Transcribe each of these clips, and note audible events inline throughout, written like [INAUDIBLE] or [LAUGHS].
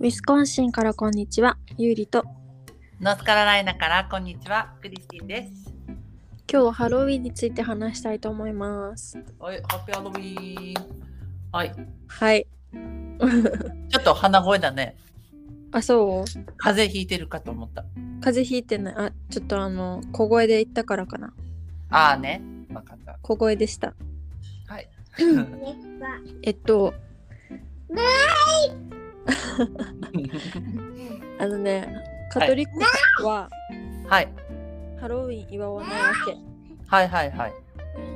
ウィスコンシンからこんにちは、ゆうりと。ノースカロライナからこんにちは、クリスティンです。今日はハロウィンについて話したいと思います。はい、ハッピーハロウィーン。はい、はい。ちょっと鼻声だね。あ、そう風邪ひいてるかと思った。風邪ひいてない。あ、ちょっとあの、小声で言ったからかな。ああね、わかった。小声でした。はい。えっと、あのね、カトリックは [LAUGHS] はい、ハロウィン祝わないわはいはいはい。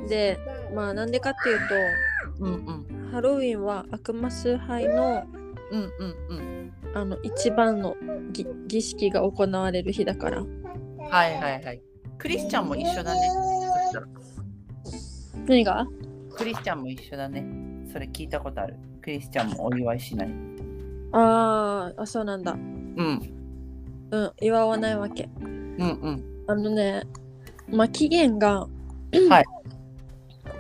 け。で、まあなんでかっていううんうん、と、ハロウィンは悪魔崇拝のうんうんあの一番の儀儀式が行われる日だから。うん。はいはいはい。クリスチャンも一緒だね。そしたら何がクリスチャンも一緒だね。それ聞いたことある。クリスチャンもお祝いしない。あーあ、そうなんだ。うん、うん、祝わないわけ。うんあのね、まあ、起源が、はい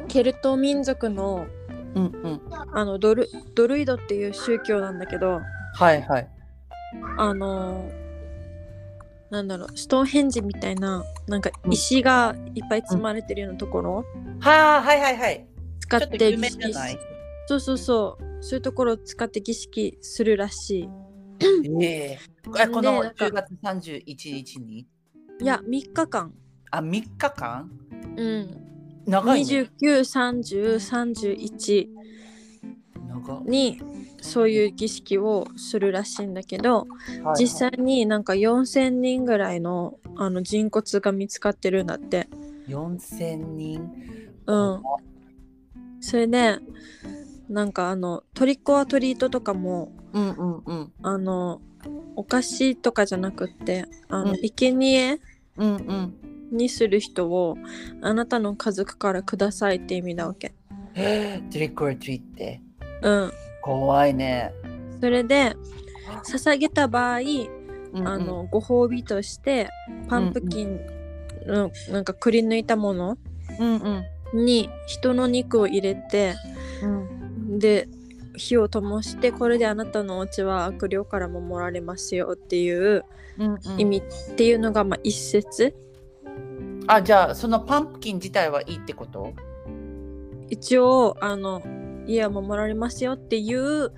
ケルト民族のうん、うんうん。あのドルドルイドっていう宗教なんだけど、はいはい。あのーなんだろうストーンヘンジみたいななんかうん石がいっぱい積まれてるようなところをはあ、はいはいはい。使っちょっとて有儀名式じゃないそうそうそうそういうところを使って儀式するらしいえええこのねなん10か月31日にいや3日間あ3日間うん長い、ね、 293031長、はいにそういう儀式をするらしいんだけどはい実際になんか4,000人ぐらいのあの人骨が見つかってるんだって4000人うんそれでなんかあのトリコアトリートとかもうんうんうんあのお菓子とかじゃなくってあの、うん生贄うんうんにする人をあなたの家族からくださいって意味なわけえトリックオアトリってうん怖いね、それで捧げた場合うんうんあのご褒美としてパンプキンのなんかくり抜いたものうんうんに人の肉を入れてうんで火を灯してこれであなたのお家は悪霊から守られますよっていううんうん意味っていうのがまあ一説あじゃあそのパンプキン自体はいいってこと一応あの家は守られますよっていう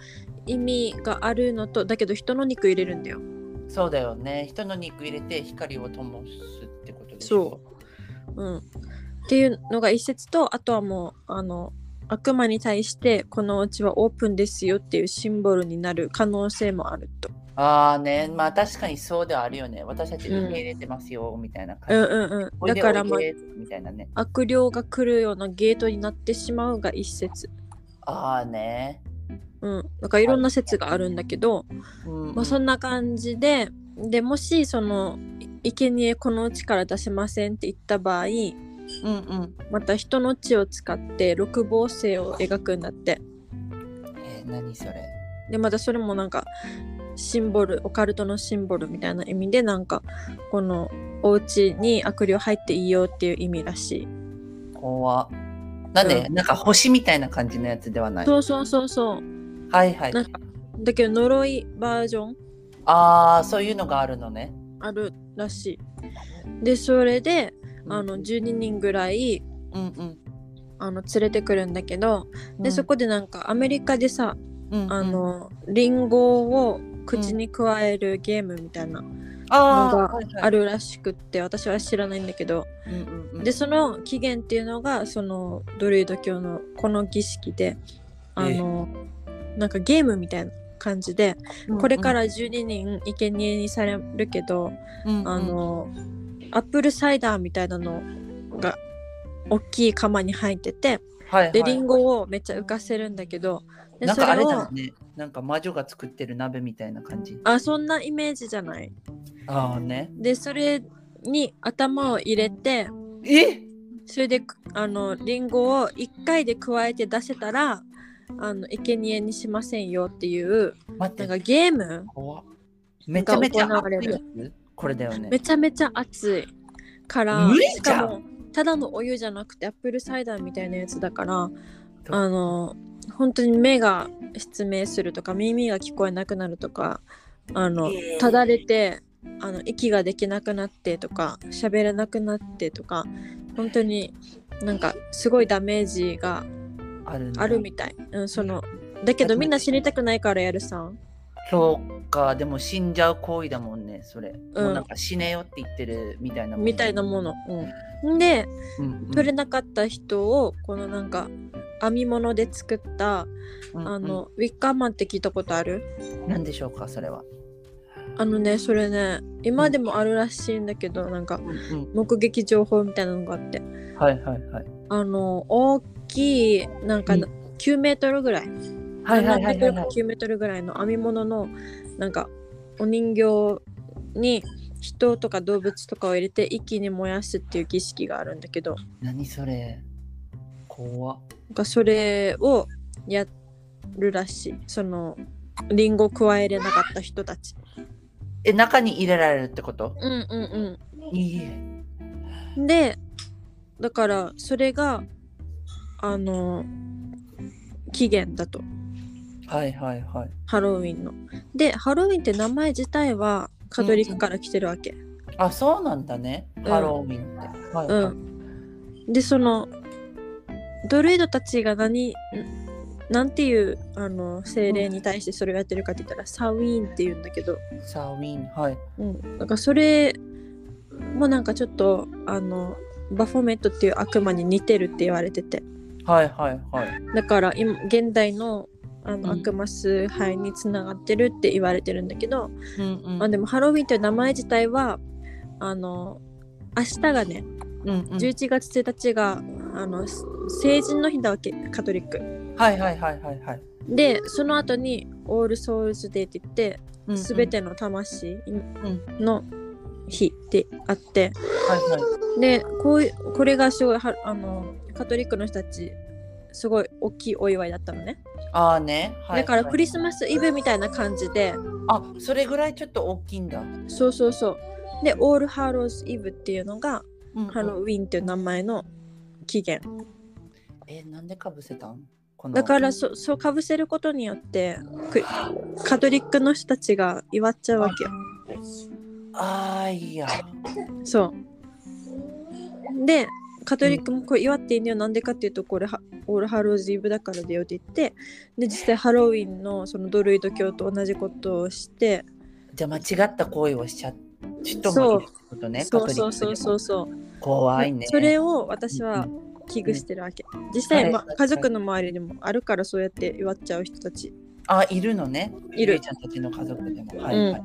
意味があるのとだけど人の肉入れるんだよそうだよね人の肉入れて光を灯すってことでしょうん、っていうのが一説とあとはもうあの悪魔に対してこのお家はオープンですよっていうシンボルになる可能性もあると。ああねまあ確かにそうではあるよね私たち受け入れてますよ、みたいなう感んじうんうん、おいだでから、おいまでみたいなね。あ、悪霊が来るようなゲートになってしまうが一説。ああね。うん、だからいろんな説があるんだけど、うんまあ、そんな感じででもしそのい生贄このうちから出せませんって言った場合うんうん。また人の血を使って六芒星を描くんだって。えー、何それ。でまたそれもなんかシンボルオカルトのシンボルみたいな意味でなんかこのお家に悪霊入っていいよっていう意味らしい怖っなんで、うんなんか星みたいな感じのやつではない。そうそうそうそうはいはいな。んかだけど呪いバージョンああ、そういうのがあるのね。あるらしいでそれであのうん12人ぐらいうんあの連れてくるんだけどうん。でそこでなんかアメリカでさうんうん、あのリンゴを口に加えるゲームみたいなあーのがはいはいあるらしくって私は知らないんだけどうんうんうんでその起源っていうのがそのドルイド教のこの儀式であの、なんかゲームみたいな感じで、これか、ら12人生贄にされるけど、うんうんうんあのアップルサイダーみたいなのが大きい釜に入っててはいはい、でリンゴをめっちゃ浮かせるんだけどでなんそれかあれをだね。なんか魔女が作ってる鍋みたいな感じ。あそんなイメージじゃないああね。でそれに頭を入れてえそれでくあのリンゴを1回で加えて出せたらあの生贄にしませんよっていう待っなてんかゲーム怖っめちゃめちゃが行われ熱いるやつこれだよねめ。ちゃめちゃ熱いから無理しじゃかんもただのお湯じゃなくてアップルサイダーみたいなやつだからあの本当に目が失明するとか耳が聞こえなくなるとかあのえーただれてあの息ができなくなってとか喋れなくなってとか本当になんかすごいダメージがあるんだあるみたい、うん、そのだけどみんな知りたくないからやるさんそうかでも死んじゃう行為だもんねそれ、うんもうなんか死ねよって言ってるみたいなもんねみたいなもの、うん、でうんうん取れなかった人をこのなんか編み物で作ったうんうんあの、ウィッカーマンって聞いたことあるなんでしょうかそれは、あのねそれね今でもあるらしいんだけどなんかうんうん目撃情報みたいなのがあってはいはいはいあの大きいなんかうん9メートルぐらいはいはいはいはい7メーはトいルか9メートルぐらいの編み物のなんかお人形に人とか動物とかを入れて一気に燃やすっていう儀式があるんだけど何それ怖っなんかそれをやるらしいそのリンゴ加えれなかった人たちえ中に入れられるってことうんうんうんいいえでだからそれがあの起源だとはいはいはいハロウィンの。でハロウィンって名前自体はカトリックから来てるわけ。あそうなんだね、んハロウィンってはい、うはいん、でそのドルイドたちが何んなんていうあの精霊に対してそれをやってるかって言ったら、サウィーンって言うんだけど、サーウィンはいうん、なんかそれもなんかちょっとあのバフォメットっていう悪魔に似てるって言われててはいはいはいだから今現代のあの、うん悪魔崇拝につながってるって言われてるんだけど、うんうんまあ、でもハロウィンという名前自体はあの明日がねうんうん11月1日があのす成人の日だわけカトリックはいはいはいはいはいでその後にオールソウルズデーって言って、うんうん全ての魂の日ってあってはいはいでこういうこれがすごいはあのカトリックの人たちすごい大きいお祝いだったのね、ああね、はいだからクリスママスイブみたいな感じであそれぐらいちょっと大きいんだ、そうそうそうでオールハローズイブっていうのがうんハロウィンっていう名前の起源えなんでかぶせたんこのだからそそうかぶせることによってくカトリックの人たちが祝っちゃうわけよ。ああいやそうでカトリックもこれ祝っていいのよなんでかっていうとこれはオールハローズイブだからだよって言ってで実際ハロウィンのそのドルイド教と同じことをしてじゃあ間違った行為をしちゃ人そもういるってことねそうそうそうそううそう、怖いねそれを私は危惧してるわけ実は際、いま、家族の周りにもあるからそうやって祝っちゃう人たちあいるのねいるゆいちゃんたちの家族でもはいは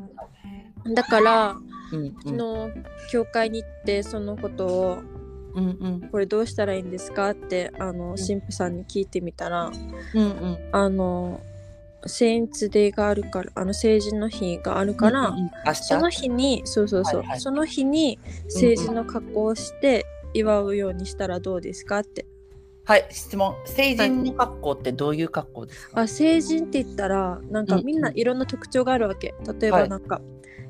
い、だからうんう昨ん日教会に行ってそのことをうんうんこれどうしたらいいんですかってあの神父さんに聞いてみたらうんうんあのセインツデーがあるからあの成人の日があるから、うんうん明日その日にそうそうそう、はいはいその日に成人の格好をして祝うようにしたらどうですかって、はい質問成人の格好ってどういう格好ですか、あ成人って言ったらなんかうんみんないろんな特徴があるわけ例えはばいなんか、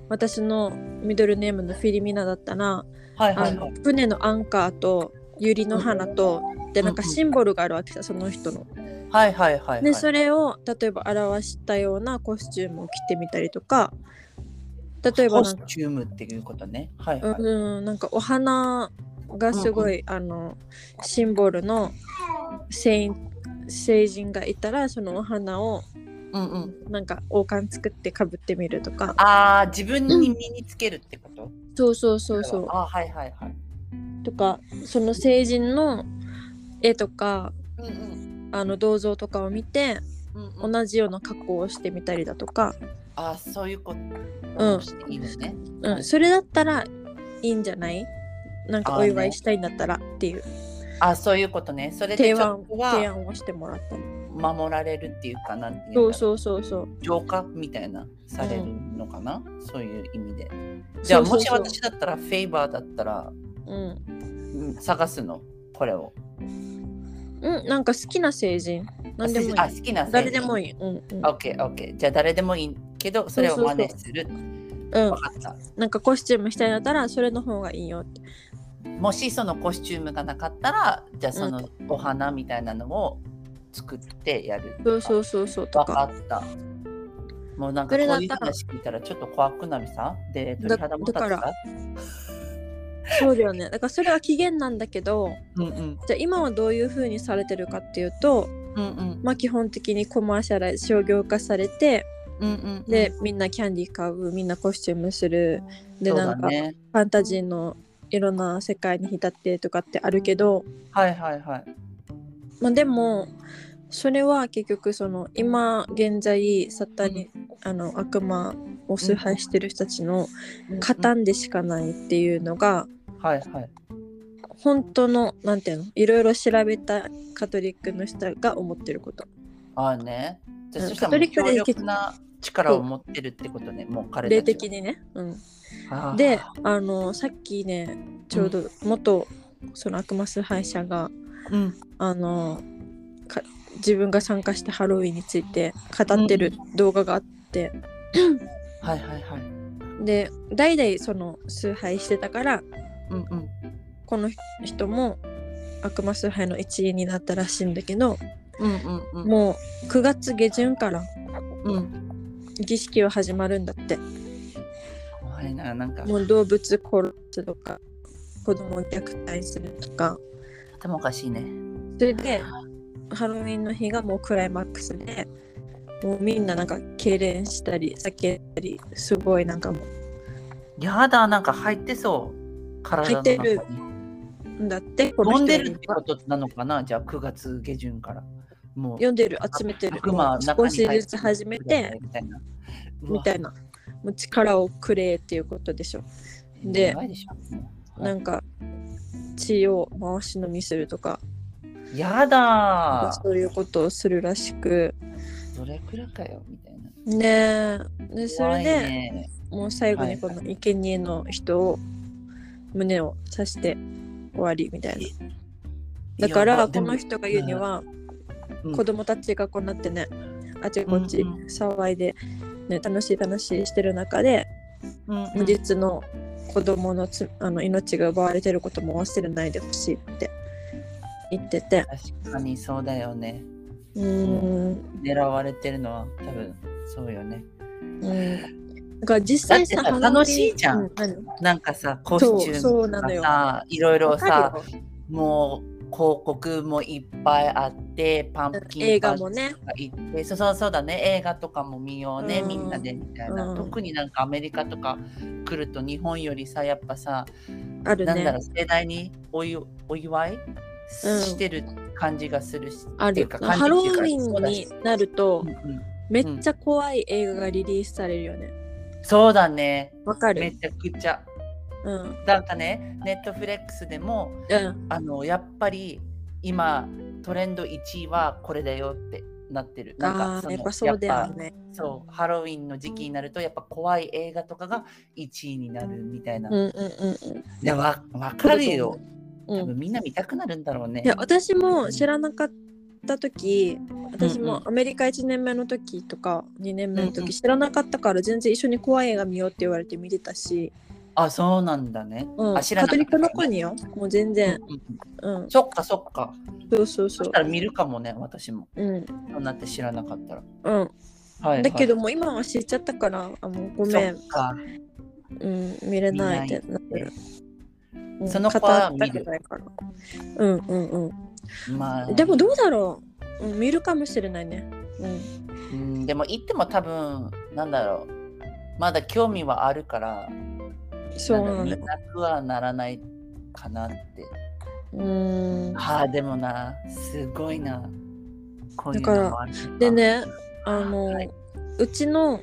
私のミドルネームのフィリミナだったら、はいはあいはのい船のアンカーと百合の花と、でなんかシンボルがあるわけさその人の。はいはいはいはでいそれを例えば表したようなコスチュームを着てみたりとか例えばコなスんか,、チュームっていうことねはいはい、うん、なんかお花がすごい、あのシンボルの聖聖人がいたらそのお花をうんうんなんか王冠作ってかぶってみるとかああ、自分に身につけるってこと、そうそうそうそうあーはいはいはい。とかその聖人の絵とかうんうん。あの銅像とかを見てうんうん、同じような格好をしてみたりだとか、あーそういうこと。うんをしていいのね。うん、それだったらいいんじゃないなんかお祝いしたいんだったらっていうあーそういうことね。それで提ちょ案っと提は案をしてもらったり守られるっていうかなんていそうんうだろうそうそうそう浄化みたいなされるのかな、そういう意味で。じゃあそうもそうしそう私だったらフェイバーだったら、うん、うん、探すのこれを。うん、なんか好きな成人何でもいいあ好きな誰でもいい。いうんうんオッケーオッケー。じゃあ誰でもいいけどそれをそうそうそ真う似する。うんわかった。なんかコスチュームしたいんだったらそれの方がいいよってもしそのコスチュームがなかったらじゃあそのお花みたいなのを作ってやるとか。そうそうそうそうとわかかった。もうなんそかこうれだいっうたら話聞いたらちょっと怖くなるさ。で、だ鳥肌も立つだかさ。そうだよねだからそれは期限なんだけどうんうん。じゃあ今はどういう風にされてるかっていうと、うんうん。まあ、基本的にコマーシャル商業化されてうんうん。で、、みんなキャンディー買うみんなコスチュームするで、そうなだんかフね。ァンタジーのいろんな世界に浸ってとかってあるけど、はいはいはい。まあ、でもそれは結局その今現在サタにあの悪魔を崇拝してる人たちの加うん担でしかないっていうのがうん。はいはい。本当のなんていうのいろいろ調べたカトリックの人が思ってることああね。じゃあうんそしたカらもうトリックで強力な力を持ってるってことね。もう彼たちは霊的にね、うん、あーであのさっきねちょうど元その悪魔崇拝者がうん。あのか自分が参加したハロウィンについて語ってる動画があって、はいはいはい。で代々その崇拝してたからうんうん。この人も悪魔崇拝の一員になったらしいんだけどうんうんうん。もう9月下旬からうん。儀式は始まるんだって怖いな、なんかもう動物殺すとか子供を虐待するとか頭おかしいね。それでハロウィンの日がもうクライマックスでもうみんななんか痙攣したり叫んだりすごいなんかもやだ、なんか入ってそう。体の中に入ってるうんだってこの飲ん人ではるってことなのかなじゃあ9月下旬から。もう読んでる集めてる悪魔は中少にし入っずつ始めてみたいな。うわみたいなもう力をくれっていうことでしょでやばいでしょもうなんか血を回し飲みするとかやだーそういうことをするらしくどれくらいかよみたいな。ねえでそ怖れいで、ね、もう最後にこの生贄の人を胸を刺して終わりみたいな。だかいやらでこもの人が言うには、うん子供たちがこうなってねあちこちうん騒いで、ね、楽しい楽しいしてる中でうんう無ん実の子供のつあの命が奪われてることも忘れないでほしいって言ってて確かにそうだよね。うーん狙われてるのは多分そうよね。うんだから実際さだってさ楽しいじゃんう何なんかさ、コスそうチューそうムなとのかよさ、いろいろわかさ、るよもう広告もいっぱいあって、パンプキン映画もねパーティーとか行って、そうそうそうだね、映画とかも見ようね、うんみんなでみたいな、うん特になんかアメリカとか来ると日本よりさ、やっぱさ、あるなんだろねう、盛大にお祝お祝いしてる感じがするし、あっているうか感じハロっていうウかィンになると、そうだしうんうんめっちゃ怖い映画がリリースされるよね。そうだね、わかめる。ちゃくちゃ。うん。うん。なんかね、ネットフレックスでも、あのやっぱり今トレンド1位はこれだよってなってる。なんあかあ、のやっぱそうだやよっぱね。そうハロウィンの時期になるとやっぱ怖い映画とかが1位になるみたいな。うんいうんうんやわわかるよ。うん。多うん、分みんな見たくなるんだろうね。いや私も知らなかった時私もアメリカ1年目の時とか2年目のうんうん時知らなかったから全然一緒に怖い映画見ようって言われて見てたし、あそうなんだね。うん、あ知らなカかトリっッたクの子によもう全然、うんうんうん、そっかそっか。そうそうそそしうたら見るかもね私も。うん、そうなって知らなかったら。うん、はい、はい。だけどもう今は知っちゃったからあもうごめんそっか。うん、見れないってなってる。うんその子は語ったくないから。うんうんまうあん。でもどうだろう、うん、見るかもしれないね。うん。うん、でも行っても多分なんだろうまだ興味はあるからそうなんだ見。なくはならないかなってうん。はあでもなすごいなこういうだからのもあるなでね、あの、はいうちの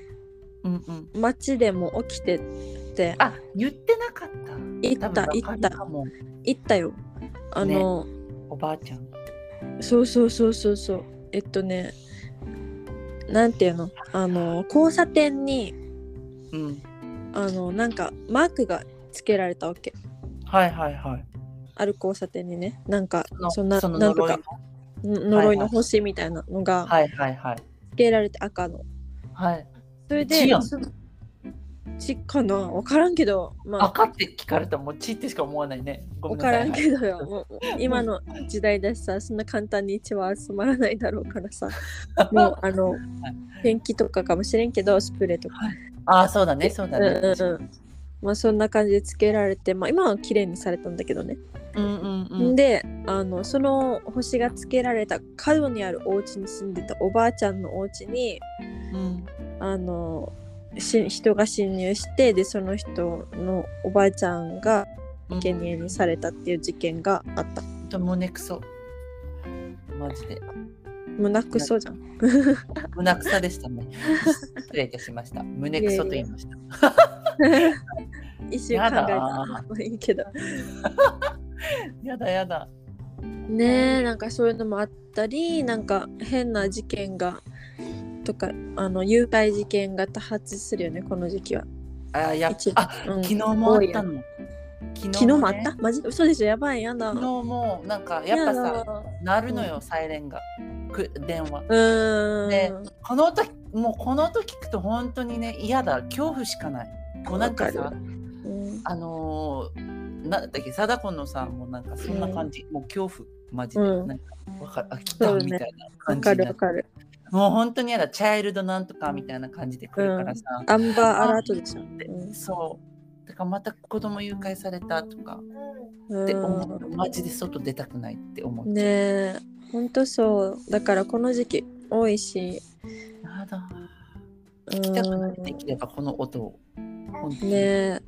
うんうん、町でも起きてて、あ言ってなかった行った多分わかるかも行ったよ。あの、おばあちゃんそうそうそうそうそう。えっとね、なんていうの、あの交差点にうんあのなんかマークがつけられたわけ。はいはいはいある交差点にねなんかそのそんなそのなんと呪いかのん呪いの星みたいなのがはいはいはいつけられて赤のはいそれ血でやんそのちかなわからんけど、まあ、赤って聞かれたらもう血ってしか思わないね。ごわめんかなさらい。んけどよ。もう今の時代だしさ、そんな簡単に血は集まらないだろうからさ、もう、あの、ペンキとかかもしれんけど、スプレーとか。 [LAUGHS] ああ、そうだね、そうだうんね。うんうん。まあ、そんな感じでつけられて、まあ、今は綺麗にされたんだけどね。うんうんうん。であのその星がつけられた角にあるお家に住んでたおばあちゃんのお家にうんあのし人が侵入してでその人のおばあちゃんが生贄にされたっていう事件があった。と胸くそ。マジで。胸くそじゃん。胸くそでしたね。失礼いたしました。胸くそと言いました。一瞬考えた。やだまあいいけど。やだやだ。ねえなんかそういうのもあったりなんか変な事件がとかあの誘拐事件が多発するよねこの時期は。あーやっ一あうん昨日もあったの。昨昨日もあっねたマジ嘘でしょやばいやだ。昨日もなんかやっぱやさ、だ鳴るのよ、サイレンが。く電話。うーん。でこの時もうこの時聞くと本当にね嫌だ恐怖しかない。もうなんかわさかうんあのー、なんだっけ貞子のさんもなんかそんな感じ、もう恐怖マジで、うんなんかわかるあ来そたうねみたいなわ感じかにるなわるかる。もう本当にやだチャイルドなんとかみたいな感じで来るからさ、アンバーアラートでしょ。そうだからまた子供誘拐されたとかうんって思ううマジで外出たくないって思っちゃんうねえ、ほんとそう。だからこの時期多いし。やだう聞きたくないんできればこの音を本当にねえ、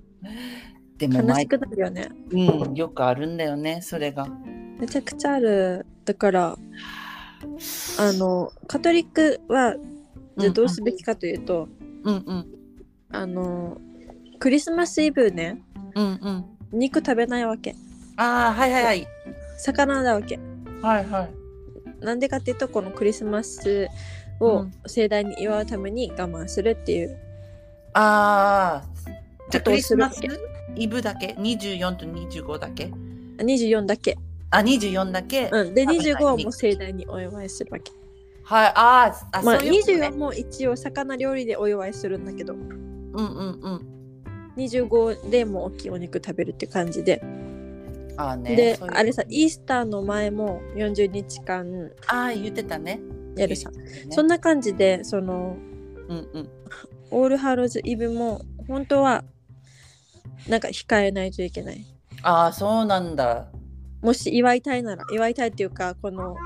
でも悲前しくなるよね。うん、よくあるんだよねそれがめちゃくちゃある。だから、あの、カトリックは、じゃあどうすべきかというと、うんうんあの、クリスマスイブね、うんうん肉食べないわけ。ああはいはいはい魚だわけ。はいはいなんでかっていうとこのクリスマスを盛大に祝うために我慢するっていう、ああ。じゃことあクをリすスるマわスけイブだけ ?24 と25だけ24だけ、あ、24だけ、うん、で食べない25はもう盛大にお祝いするわけ、はい、あーあ、まあ、そういうことね24も一応魚料理でお祝いするんだけどうんうん25でもう大きいお肉食べるって感じで、うん。ああね。でそういうあれさイースターの前も40日間ああ、言ってたね。やるさ、言ってたねそんな感じでそのうんうん。オールハローズイブも本当はなんか控えないといけないああ、そうなんだ。もし祝いたいなら祝いたいっていうかこの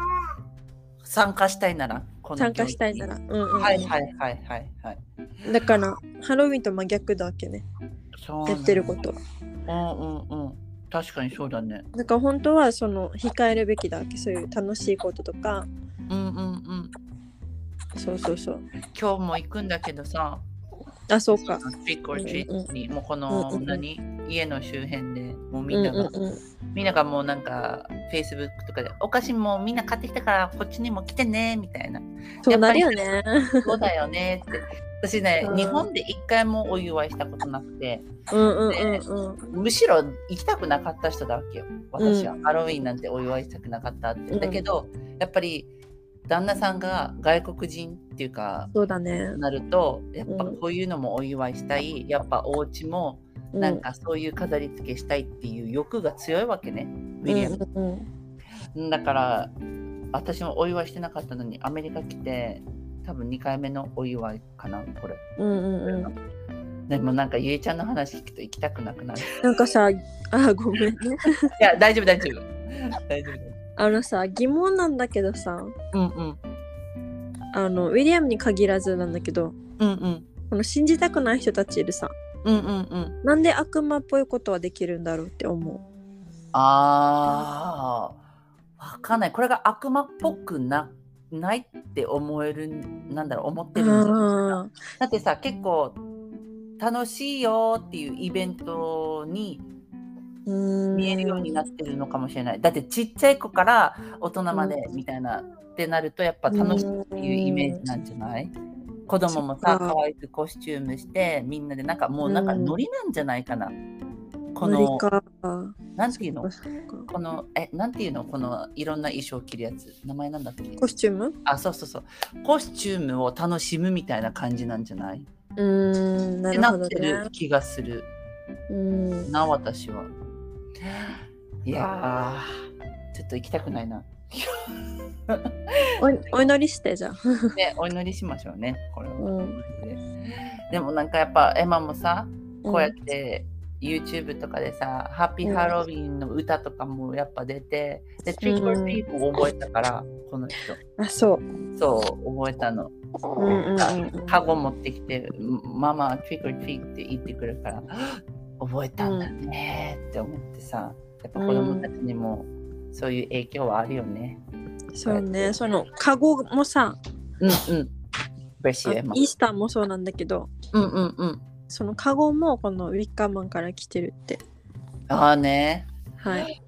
参加したいなら、この参加したいなら、うんうんうんはいはいはいはいはい。だからハロウィンと真逆だわけねそうなんだやってること。うんうんうん。確かにそうだね。だから本当はその控えるべきだわけそういう楽しいこととかうんうんうん。そうそうそう今日も行くんだけどさ、あそうかピッコルチーに、もうこの、うんうん何家の周辺で、もううみんんうなが、んうんみんながもうなんか、Facebook とかで、お菓子もみんな買ってきたから、こっちにも来てね、みたいな。そうやっなぱるりよねそうだよねって。私ね、うん日本で一回もお祝いしたことなくて、うんうんうんうんむしろ行きたくなかった人だわけよ。私は、ハロウィンなんてお祝いしたくなかったって。うんだけど、やっぱり、旦那さんが外国人っていうか、そうだねなると、やっぱうんこういうのもお祝いしたい、やっぱお家も、うんなんかそういう飾り付けしたいっていう欲が強いわけね、ウィリアム。うんうんだから私もお祝いしてなかったのにアメリカ来て多分2回目のお祝いかなこれ、うんうんうんでもなんかゆいちゃんの話聞くと行きたくなくな [LAUGHS] るいなんかさあごめんねや大丈夫大丈夫大丈夫あのさ疑問なんだけどさうんうんあのウィリアムに限らずなんだけどうんうんこの信じたくない人たちいるさうんうんうんなんで悪魔っぽいことはできるんだろうって思うあーわかんないこれが悪魔っぽくなないって思えるんなんだろう思ってるんじゃないあーだってさ結構楽しいよっていうイベントに見見えるようになってるのかもしれない。だってちっちゃい子から大人までみたいな、ってなるとやっぱ楽しいっていうイメージなんじゃない子供もそさっか可愛くコスチュームしてみんなでなんかもうなんかうんノリなんじゃないかな。こ無理のかなんていうのそっかこのえなんていうのこのいろんな衣装着るやつ名前なんだっけコスチュームあそうそうそうコスチュームを楽しむみたいな感じなんじゃないうーん、なてるなほっどてねる。気がするうん。な私 [GASPS] は。いやーちょっと行きたくないな。おお祈りしてじゃあ。でお祈りしましょうねこれは。うんでもなんかやっぱエマもさこうやっんて YouTube とかでさ、ハッピーハロウィンの歌とかもやっぱ出て、で、トリックうんオリーも覚えたから、この人。あ、そう。そう、覚えたの。うんうんうんカゴ持ってきて、ママ、トリックオリーって言ってくるから、 [GASPS] 覚えたんだねって思ってさ、やっぱ子供たちにもそういう影響はあるよね。うん。そうね。そのカゴもさ、うんうん。嬉しあい、エマイースターもそうなんだけど、うんうんうん。そのカゴもこのウィッカーマンから来てるって。ああね。はい。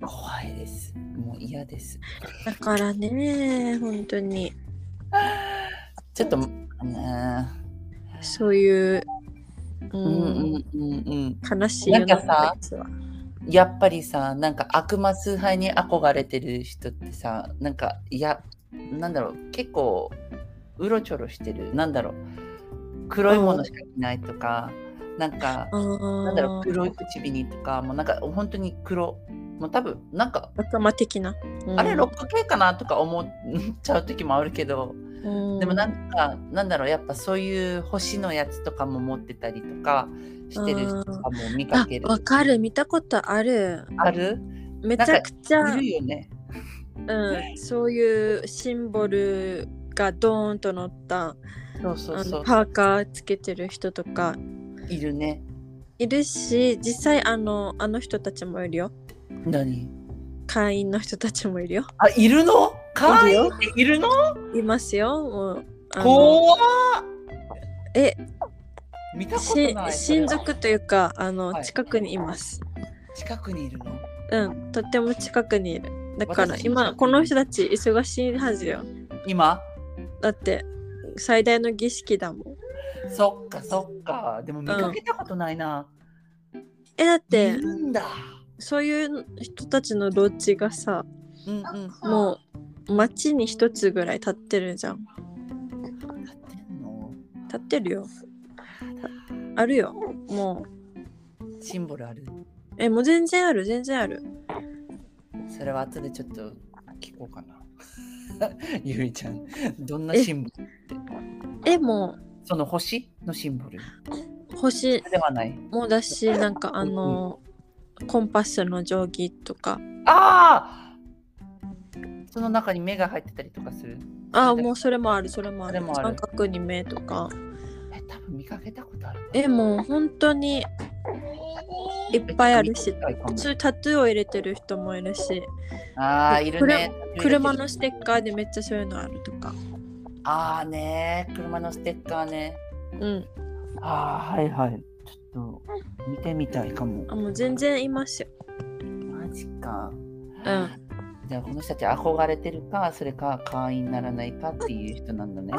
怖いです。もう嫌です。だからね、本当にちょっと、ねそういう、ううんん、うんうんうん。悲しいよなんかさこいつはやっぱりさなんか悪魔崇拝に憧れてる人ってさなんかいやなんだろう結構うろちょろしてるなんだろう黒いものしか着ないとか、なんかあーなんだろう黒い口紅とかもうなんか本当に黒もう多分なんか、悪魔的な。うんあれロック系かなとか思っちゃう時もあるけど、うんでもなんかなんだろうやっぱそういう星のやつとかも持ってたりとかしてる人とかも見かあけ、るわかる。見たことある。あるめちゃくちゃい、るよね。うん、そういうシンボルがドーンと乗ったそうそうあそのう。パーカーつけてる人とかいるね。いるし実際あのあの人たちもいるよ何会員の人たちもいるよあ、いるのかいるよいるのいますよもうあの怖っえ見たことしない。親族というかあの、はい近くにいます近くにいるのうんとっても近くにいるだから私今この人たち忙しいはずよ今だって最大の儀式だもんそっかそっか。でも見かけたことないな。えだっいてるんだ。そういう人たちのロッジがさうんうん。もう街に一つぐらい立ってるじゃん立ってんの立ってるよあるよもうシンボルある。えもう全然ある全然あるそれは後でちょっと聞こうかな。 [LAUGHS] ゆりちゃん、どんなシンボルえもその星のシンボルう星 [LAUGHS] ではない。もだしなんかあのコンパスの定規とかああその中に目が入ってたりとかするあもうそれもあるそれもあるそれもあ三る角に目とかえ、多分見かけたことある。えもう本当にいっぱいあるしそういうタトゥーを入れてる人もいるしああ、いるね。車のステッカーでめっちゃそういうのあるとかああね、車のステッカーね。うんああ、はいはい。ちょっと見てみたいかも。あもう全然いますよマジか。うんじゃあこの人たち憧れてるか、それか会員にならないかっていう人なんだね。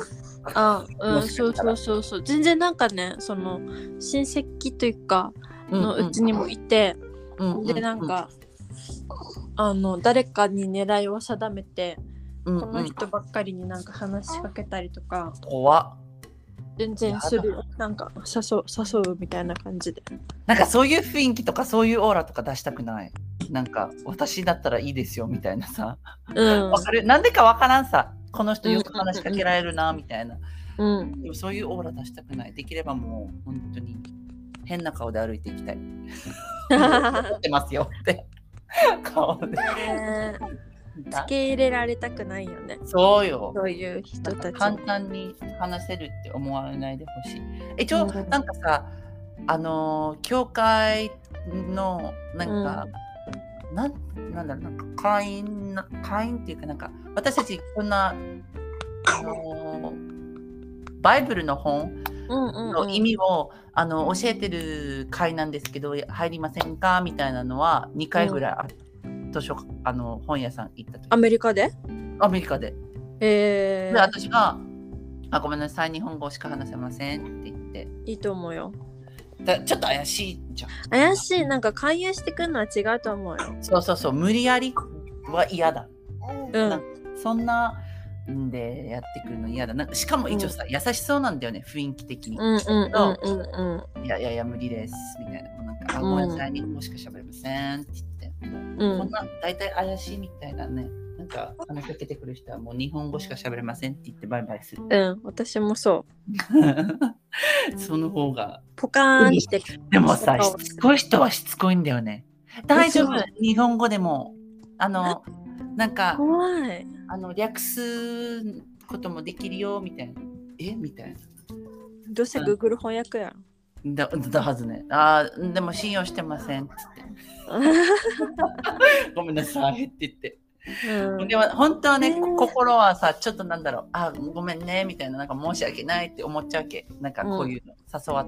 あうもんしそかうしたそらうそうそう全然なんかねその親戚というかのうちにもいて、うんうんでなん、か、あの誰かに狙いを定めて、うんこうのん、人ばっかりになんか話しかけたりとか怖っ。全然するよなんか誘う誘うみたいな感じでなんかそういう雰囲気とかそういうオーラとか出したくない。なんか私だったらいいですよみたいなさ。うんわかるなんでかわからんさ。この人よく話しかけられるなみたいな。うんでもそういうオーラ出したくない。できればもう本当に変な顔で歩いてい [LAUGHS] きたい。撮ってますよって [LAUGHS] 顔で。 [LAUGHS] ね受け入れられたくないよねそうよ。そういう人なたんちか簡単に話せるって思われないでほしい。え、ちょ、うんなんかさ、あのー教会のなんか、なんなんだろうなんか会員な会員っていうかなんか私たちこんな、あのーバイブルの本うんうんうのん意味を、あの教えてる会なんですけど入りませんかみたいなのは2回ぐらいあった、図書館あの本屋さん行った時アメリカでアメリカで。えでー、私があ「ごめんなさい日本語しか話せません」って言っていいと思うよだちょっと怪しいじゃん。怪しいなんか勧誘してくるのは違うと思うよそうそうそう無理やりは嫌だ。うんなそんなでやってくるの嫌だなんかしかも一応さ、優しそうなんだよね雰囲気的に、うんうんうんうんうんいやいやいや無理ですみたいなもうなんか、あうんごめんなさいもしかしゃべれませんって言って、うこんんな大体怪しいみたいなねなんか話しかけてくる人はもう日本語しかしゃべれませんって言ってバイバイする [LAUGHS] うん私もそうその方がポカーンしてでもさ、そうしつこい人はしつこいんだよね。大丈夫そう、日本語でも。あの、なんか、怖いあの略すこともできるよみたいな。えみたいな。どうせうん Google 翻訳やんだだはずね。ああ、でも信用してませんっつって。ごめんなさいって言って。うんでも本当はね、ねえ心はさ、ちょっとなんだろう、あごめんねみたいな、なんか申し訳ないって思っちゃうわけ。なんかこういうの、誘わう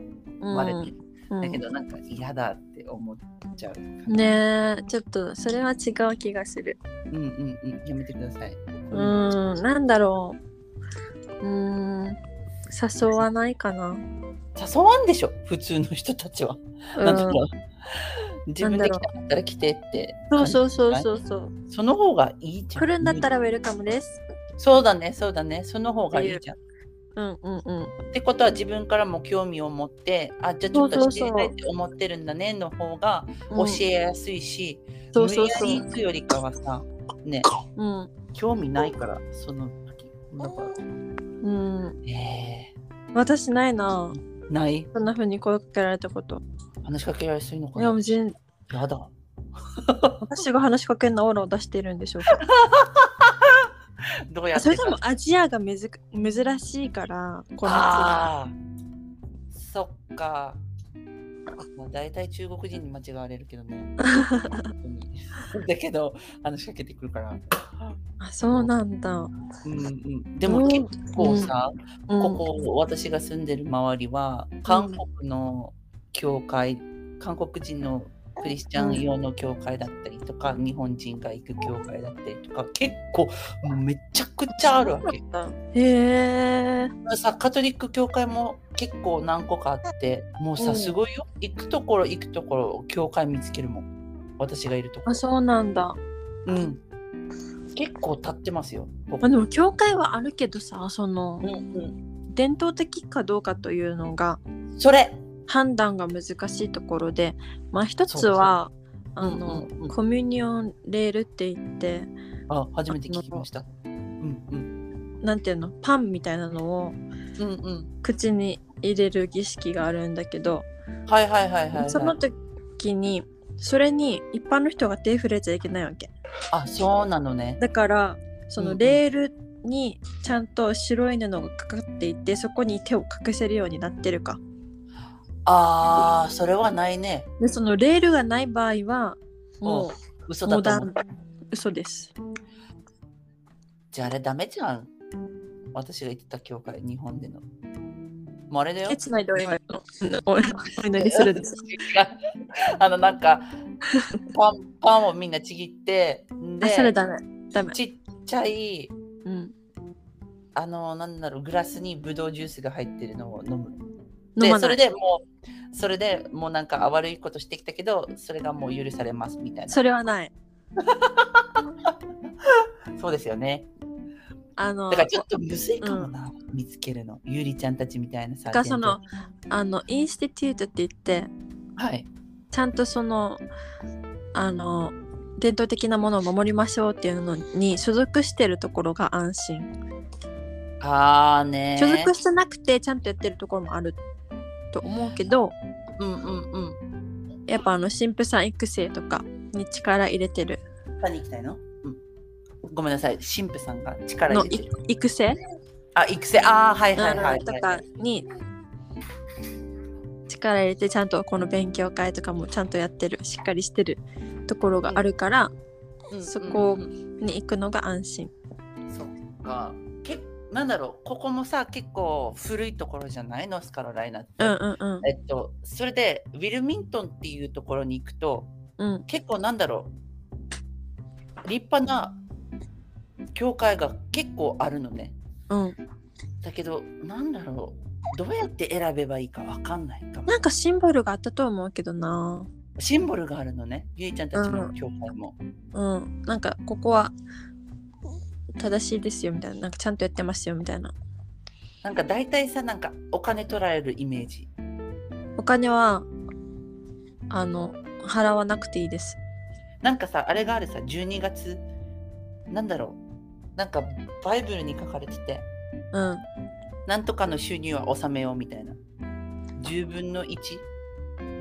んれて。うんだけど、なんか嫌だって思っちゃう。ねえちょっとそれは違う気がするうんうんうん、やめてください。うんなんだろううん誘わないかな誘わんでしょ、普通の人たちは。うなんだんろう自分で来たかったら来てって。そうそうそうそうそうう。その方がいいじゃん。来るんだったらウェルカムですそうだね、そうだね。その方がいいじゃん。うんうんうんってことは自分からも興味を持って、あ、じゃあちょっそとう知そうそうりたいって思ってるんだねの方が教えやすいし、そうそうそう無理やり行くよりかはさ、ね、うん興味ないから、その時。だから、うんえ私ないなー、ないそんな風に声かけられたこと話しかけられすいのかいやなもう全やだ。私が話しかけんなオーラを出しているんでしょうかどうやってそされともアジアがめず珍しいからこのああーそっか、まあ、大体中国人に間違われるけ [LAUGHS] どね本当にだけど話しかけてくるから、あそうなんだ、うんうん、でもうん結構さ、うん、ここ私が住んでる周りは韓国の教会韓国人のクリスチャン用の教会だったりとか、日本人が行く教会だったりとか結構もうめちゃくちゃあるわけへえさカトリック教会も結構何個かあってもうさ、うんすごいよ行くところ行くところ教会見つけるもん私がいるとこあそうなんだうん結構立ってますよここまあでも教会はあるけどさそのうんうん伝統的かどうかというのがそれ判断が難しいところでまあ一つはそうあの、うんうんうんコミュニオンレールって言ってあ初めて聞きましたうんうんなんていうのパンみたいなのをうんうん口に入れる儀式があるんだけど、はいはいはいはい、はい、その時にそれに一般の人が手触れちゃいけないわけあそうなのねだからそうんうのんレールにちゃんと白い布がかかっていてそこに手を隠せるようになってるかあーそれはないねでそのレールがない場合はもう嘘モだダと思うン嘘ですじゃああれダメじゃん私が行ってた教会日本でのもうあれだよ手つないでお祝いをおお祈りするんです違う [LAUGHS] あのなんかパンパンをみんなちぎってあでそれダメダメちっちゃいうんあのなんだろうグラスにブドウジュースが入ってるのを飲む飲までそなれいでもうそれでもうなんかあ悪いことしてきたけどそれがもう許されますみたいなそれはないそうですよねあのだからちょっとむずいかもな、見つけるのゆりちゃんたちみたいなさだからそのあのインスティテュートって言ってはいちゃんとそのあの伝統的なものを守りましょうっていうのに所属してるところが安心あーね所属してなくてちゃんとやってるところもあると思うけどうんうんうんやっぱあの神父さん育成とかに力入れてる何行きたいの、うん、ごめんなさい神父さんが力の入れてるい育成あ育成あーはいうんはいはい、とはいかに力入れてちゃんとこの勉強会とかもちゃんとやってるしっかりしてるところがあるからうんそこうんうんに行くのが安心。そっかけなんだろうここもさ結構古いところじゃないノースカロライナって、うんうんうんえっとそれでウィルミントンっていうところに行くとうん結構なんだろう立派な教会が結構あるのねうん、だけどなんだろうどうやって選べばいいかわかんないかもなんかシンボルがあったと思うけどな。シンボルがあるのねゆいちゃんたちの教会も、うん、なんかここは正しいですよみたいななんかちゃんとやってますよみたいななんか大体さなんかお金取られるイメージお金はあの払わなくていいですなんかさあれがあるさ12月なんだろうなんかバイブルに書かれててうんなんとかの収入は納めようみたいな10分の1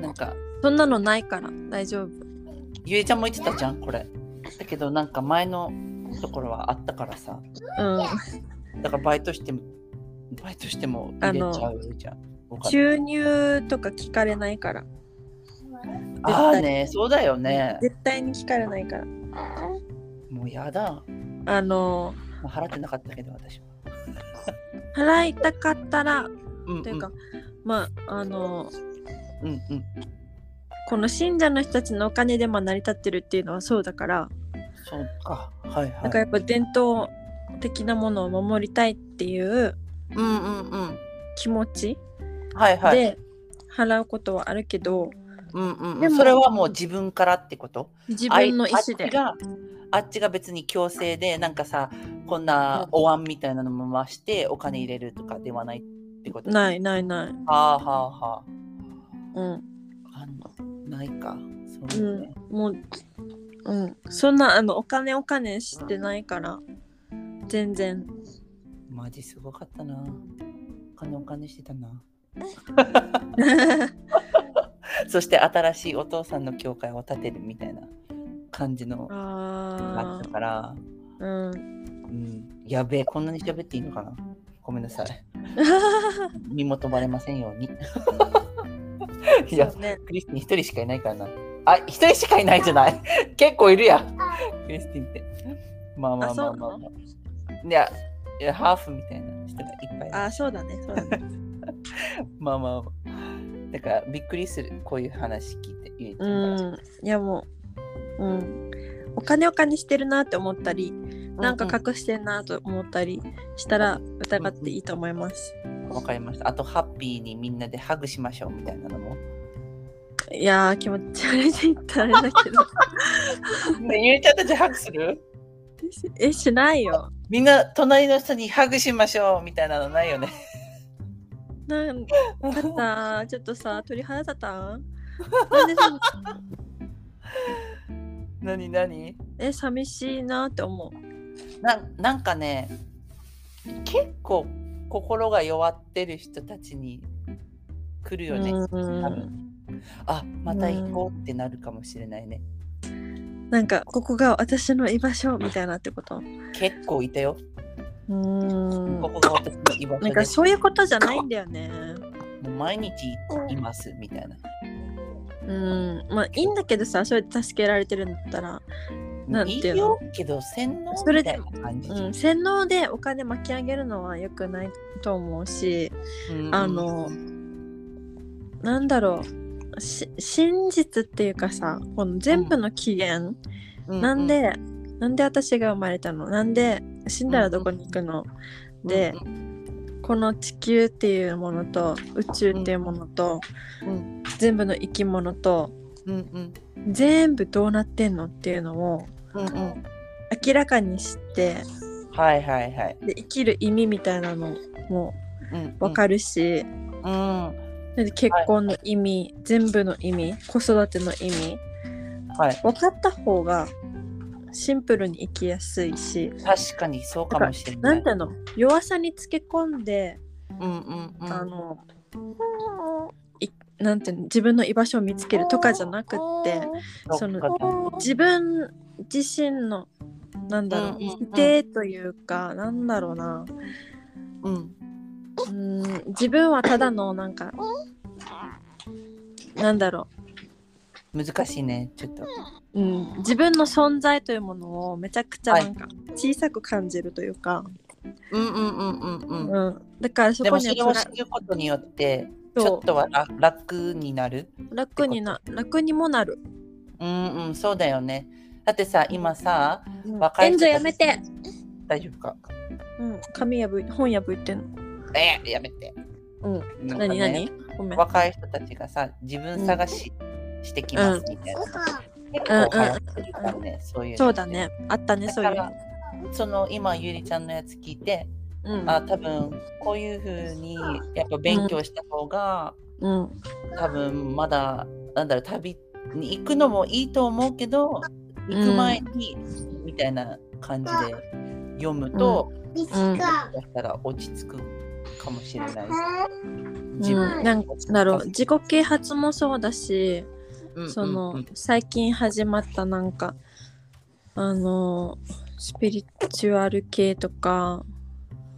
なんかそんなのないから大丈夫ゆえちゃんも言ってたじゃんこれだけどなんか前のところはあったからさうだからバイトしてもバイトしても入れちゃうじゃんおん金収入とか聞かれないからああねそうだよね絶対に聞かれないからもうやだあのもう払ってなかったけど私は、払いたかったらうんうん、というか、まああのうんうんこの信者の人たちのお金でも成り立ってるっていうのはそうだからそうかはいなんかはいやっぱ伝統的なものを守りたいっていううんうんうん気持ちはいはいで払うことはあるけど、うんうんうでん、もそれはもう自分からってこと自分の意あい思であっちがあっちが別に強制でなんかさこんなお椀みたいなのも回してお金入れるとかではないってこといないないない、はあはあはうんああのないかそうだね、もう、うん、そんなあのお金お金してないから全 [LAUGHS] 然マジすごかったなお金お金してたなそして新しいお父さんの教会を建てるみたいな感じのああったからーうんうん、やべえこんなに喋っていいのかなごめんなさい身元バレませんよ [LAUGHS] うにいやそうねクリスティン一人しかいないからなあ一人しかいないじゃない結構いるやんクリスティンってまあまあまあまあ,、あまあ、いやいやハーフみたいな人がいっぱいいるあーそうだねそうだねまあまあまあだからびっくりするこういう話聞いてゆいちゃうんからんいやもう、うん、お金お金してるなって思ったり、なんかう隠してんなと思ったりしたら疑っていいと思います。わかりましたあとハッピーにみんなでハグしましょうみたいなのもいやー気持ち悪いって言ったらあれだけ [LAUGHS] どねゆいちゃんたちハグするえしないよ。みんな隣の人にハグしましょうみたいなのないよね。なんかさちょっと [LAUGHS] さ鳥肌立たんなんでそん何何え寂しいなって思なんなんかね結構心が弱ってる人たちに来るう。よね。うん多分あまた行こうってなるかもしれないね。なんかここが私の居場所みたいなってこと。結構いたよ。うんこ。こが私の居場な所んでかすそういうことじゃないんだよね。もう毎日いますみたいな。うんまあいいんだけどさそれで助けられてるんだったら、なんていいいうのよけど洗脳そみれたでいな感じ。うん、洗脳でお金巻き上げるのは良くないと思うしうんあのなんだろうし真実っていうかさこの全部の起源、うなんで、なんで私が生まれたのなんで死んだらどこに行くの、で、この地球っていうものと宇宙っていうものと、うん全部の生き物とうんうん全部どうなってんのっていうのをうんうん明らかにしてはいはいはい。で生きる意味みたいなのもうん分かるし、うん。うんで結婚の意味、全部の意味子育ての意味はい。分かった方がシンプルに生きやすいし確かにそうかもしれな。ないんていうの弱さにつけ込んで、うんうんうん。あのいなんていうの自分の居場所を見つけるとかじゃなくってそのっか自分自身のなんだろううんうんうん否定というかなんだろうなうんうん自分はただのなんかなんだろう難しいね、ちょっと。うん、自分の存在というものをめちゃくちゃなんか小さく感じるというか、うんうんうんうんうん。うん、だからそでこもにそはれをつら知ることによって、ちょそっとは楽楽になる。う楽にな楽にもなる。うんうん、そうだよね。だってさ、今さ、うん若い援人た助ちやめて、大丈夫か。うん、紙破い本破いてんの。えーやめて。うん、なんか何ね何ごめん。若い人たちがさ、自分探ししてきますみたいな。結構流行ってるからね、そういうの。そうだね。あったね、だそうかいうらの。その今ゆりちゃんのやつ聞いて、うんあ多分こういう風にやっぱ勉強した方が、うん多分まだなんだろう旅に行くのもいいと思うけど行く前に、みたいな感じで読むと、うんだったら落ち着くかもしれない。自う分ん、なんだろう自己啓発もそうだし、うんその、うん最近始まったなんかあのスピリチュアル系とか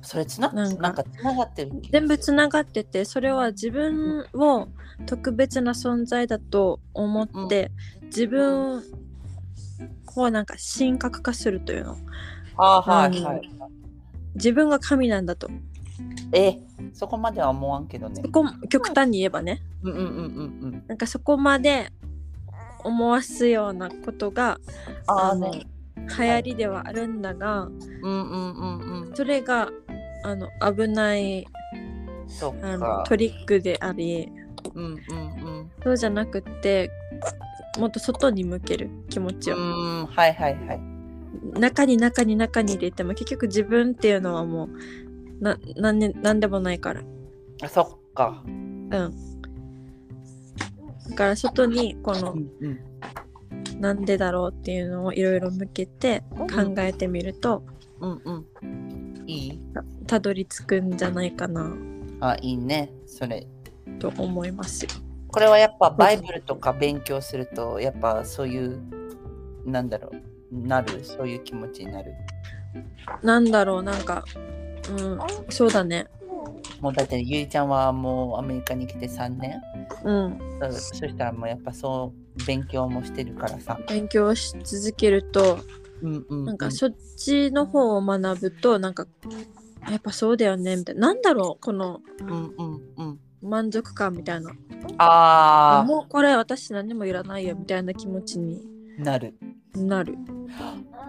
それつななんかなんかつながってる気がする全部つながっててそれは自分を特別な存在だと思って、自分をなんか神格化するというのあーはいうんはい。自分が神なんだとえそこまでは思わんけどねそ。こ極端に言えばねうんうんうんうんうん。なんかそこまで思わすようなことがあああのね。流行りではあるんだがうんうんうんうん。それがあの危ないそっあのか。トリックでありうんうんうん。そうじゃなくってもっと外に向ける気持ちうを、んはいはいはい。中に中に中に入れても結局自分っていうのはもうな何で何でもないからあそっか。だから外にこうのんうん。なんでだろうっていうのをいろいろ向けて考えてみるとうんうん。いいたどり着くんじゃないかなあいいね。それ。と思いますよ。これはやっぱバイブルとか勉強するとやっぱそういうなんだろうなるそういう気持ちになる。なんだろうなんかうんそうだねもうだってゆいちゃんはもうアメリカに来て3年。うんそうそしたらもうやっぱそう勉強もしてるからさ。勉強し続けるとうんうん、なんうかそっちの方を学ぶとなんかやっぱそうだよねみたいななんだろうこのうんうんうん。満足感みたいなあもうこれ私何もいらないよみたいな気持ちにあなる。なる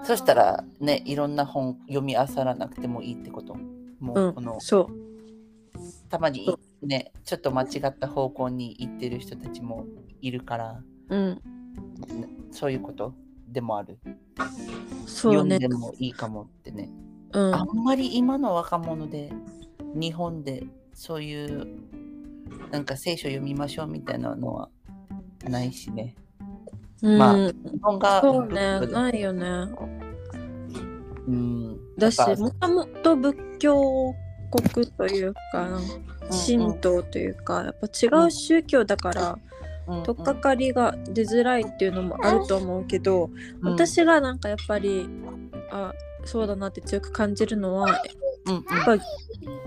そしたらねいろんな本読み漁らなくてもいいってこと。もううこの、んそうたまにねちょっと間違った方向に行ってる人たちもいるからうんそういうことでもある。そうね読んでもいいかもってね、うんあんまり今の若者で日本でそういうなんか聖書読みましょうみたいなのはないしねうんまあ日本がそうブッねクでないよねうんだしやっぱもともと仏教国というかなんか神道というかやっぱ違う宗教だからうんうん取っかかりが出づらいっていうのもあると思うけど、うん私がなんかやっぱりあそうだなって強く感じるのはやうんうんっ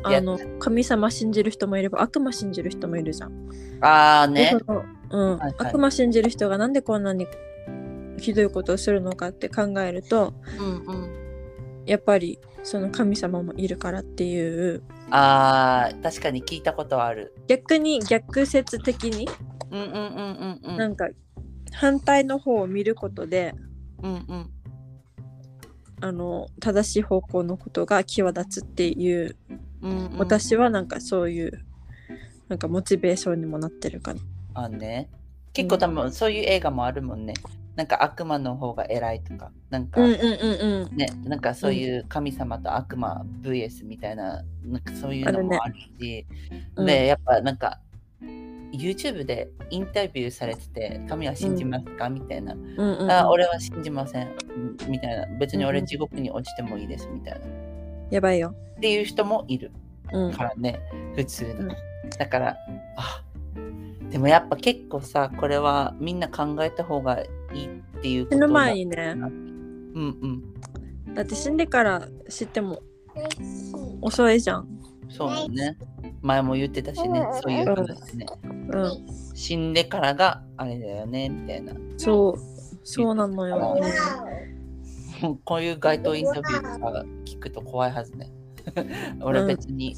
ぱやあの神様信じる人もいれば悪魔信じる人もいるじゃん。ああねでそのうんはいはい悪魔信じる人がなんでこんなにひどいことをするのかって考えるとうんうんやっぱりその神様もいるからっていうあー確かに聞いたことはある逆に逆説的にうんうんうんうんうなんんか反対の方を見ることでうんうんあの正しい方向のことが際立つっていううんうん私はなんかそういうなんかモチベーションにもなってるかな。あね結構多分そういう映画もあるもんねなんか悪魔の方が偉いとかなんか、うんうんね、なんかそういう神様と悪魔 VS みたいななんかそういうのもあるし、うんでやっぱなんか YouTube でインタビューされてて「神は信じますか?」みたいな、うんうんうんあ「俺は信じません」みたいな別にう俺ん地獄に落ちてもいいですみたいな、っやばいよ。ていう人もいるうんからね普通の、うんだからあでもやっぱ結構さこれはみんな考えた方がいいっていう死ことぬな前にねうんうんだって死んでから知っても遅いじゃん。そうだね前も言ってたしねそういう話ねうん、死んでからがあれだよねみたいな [LAUGHS] そうそうなのよ、ね。もうこういう街頭インタビューとか聞くと怖いはずね俺うん別に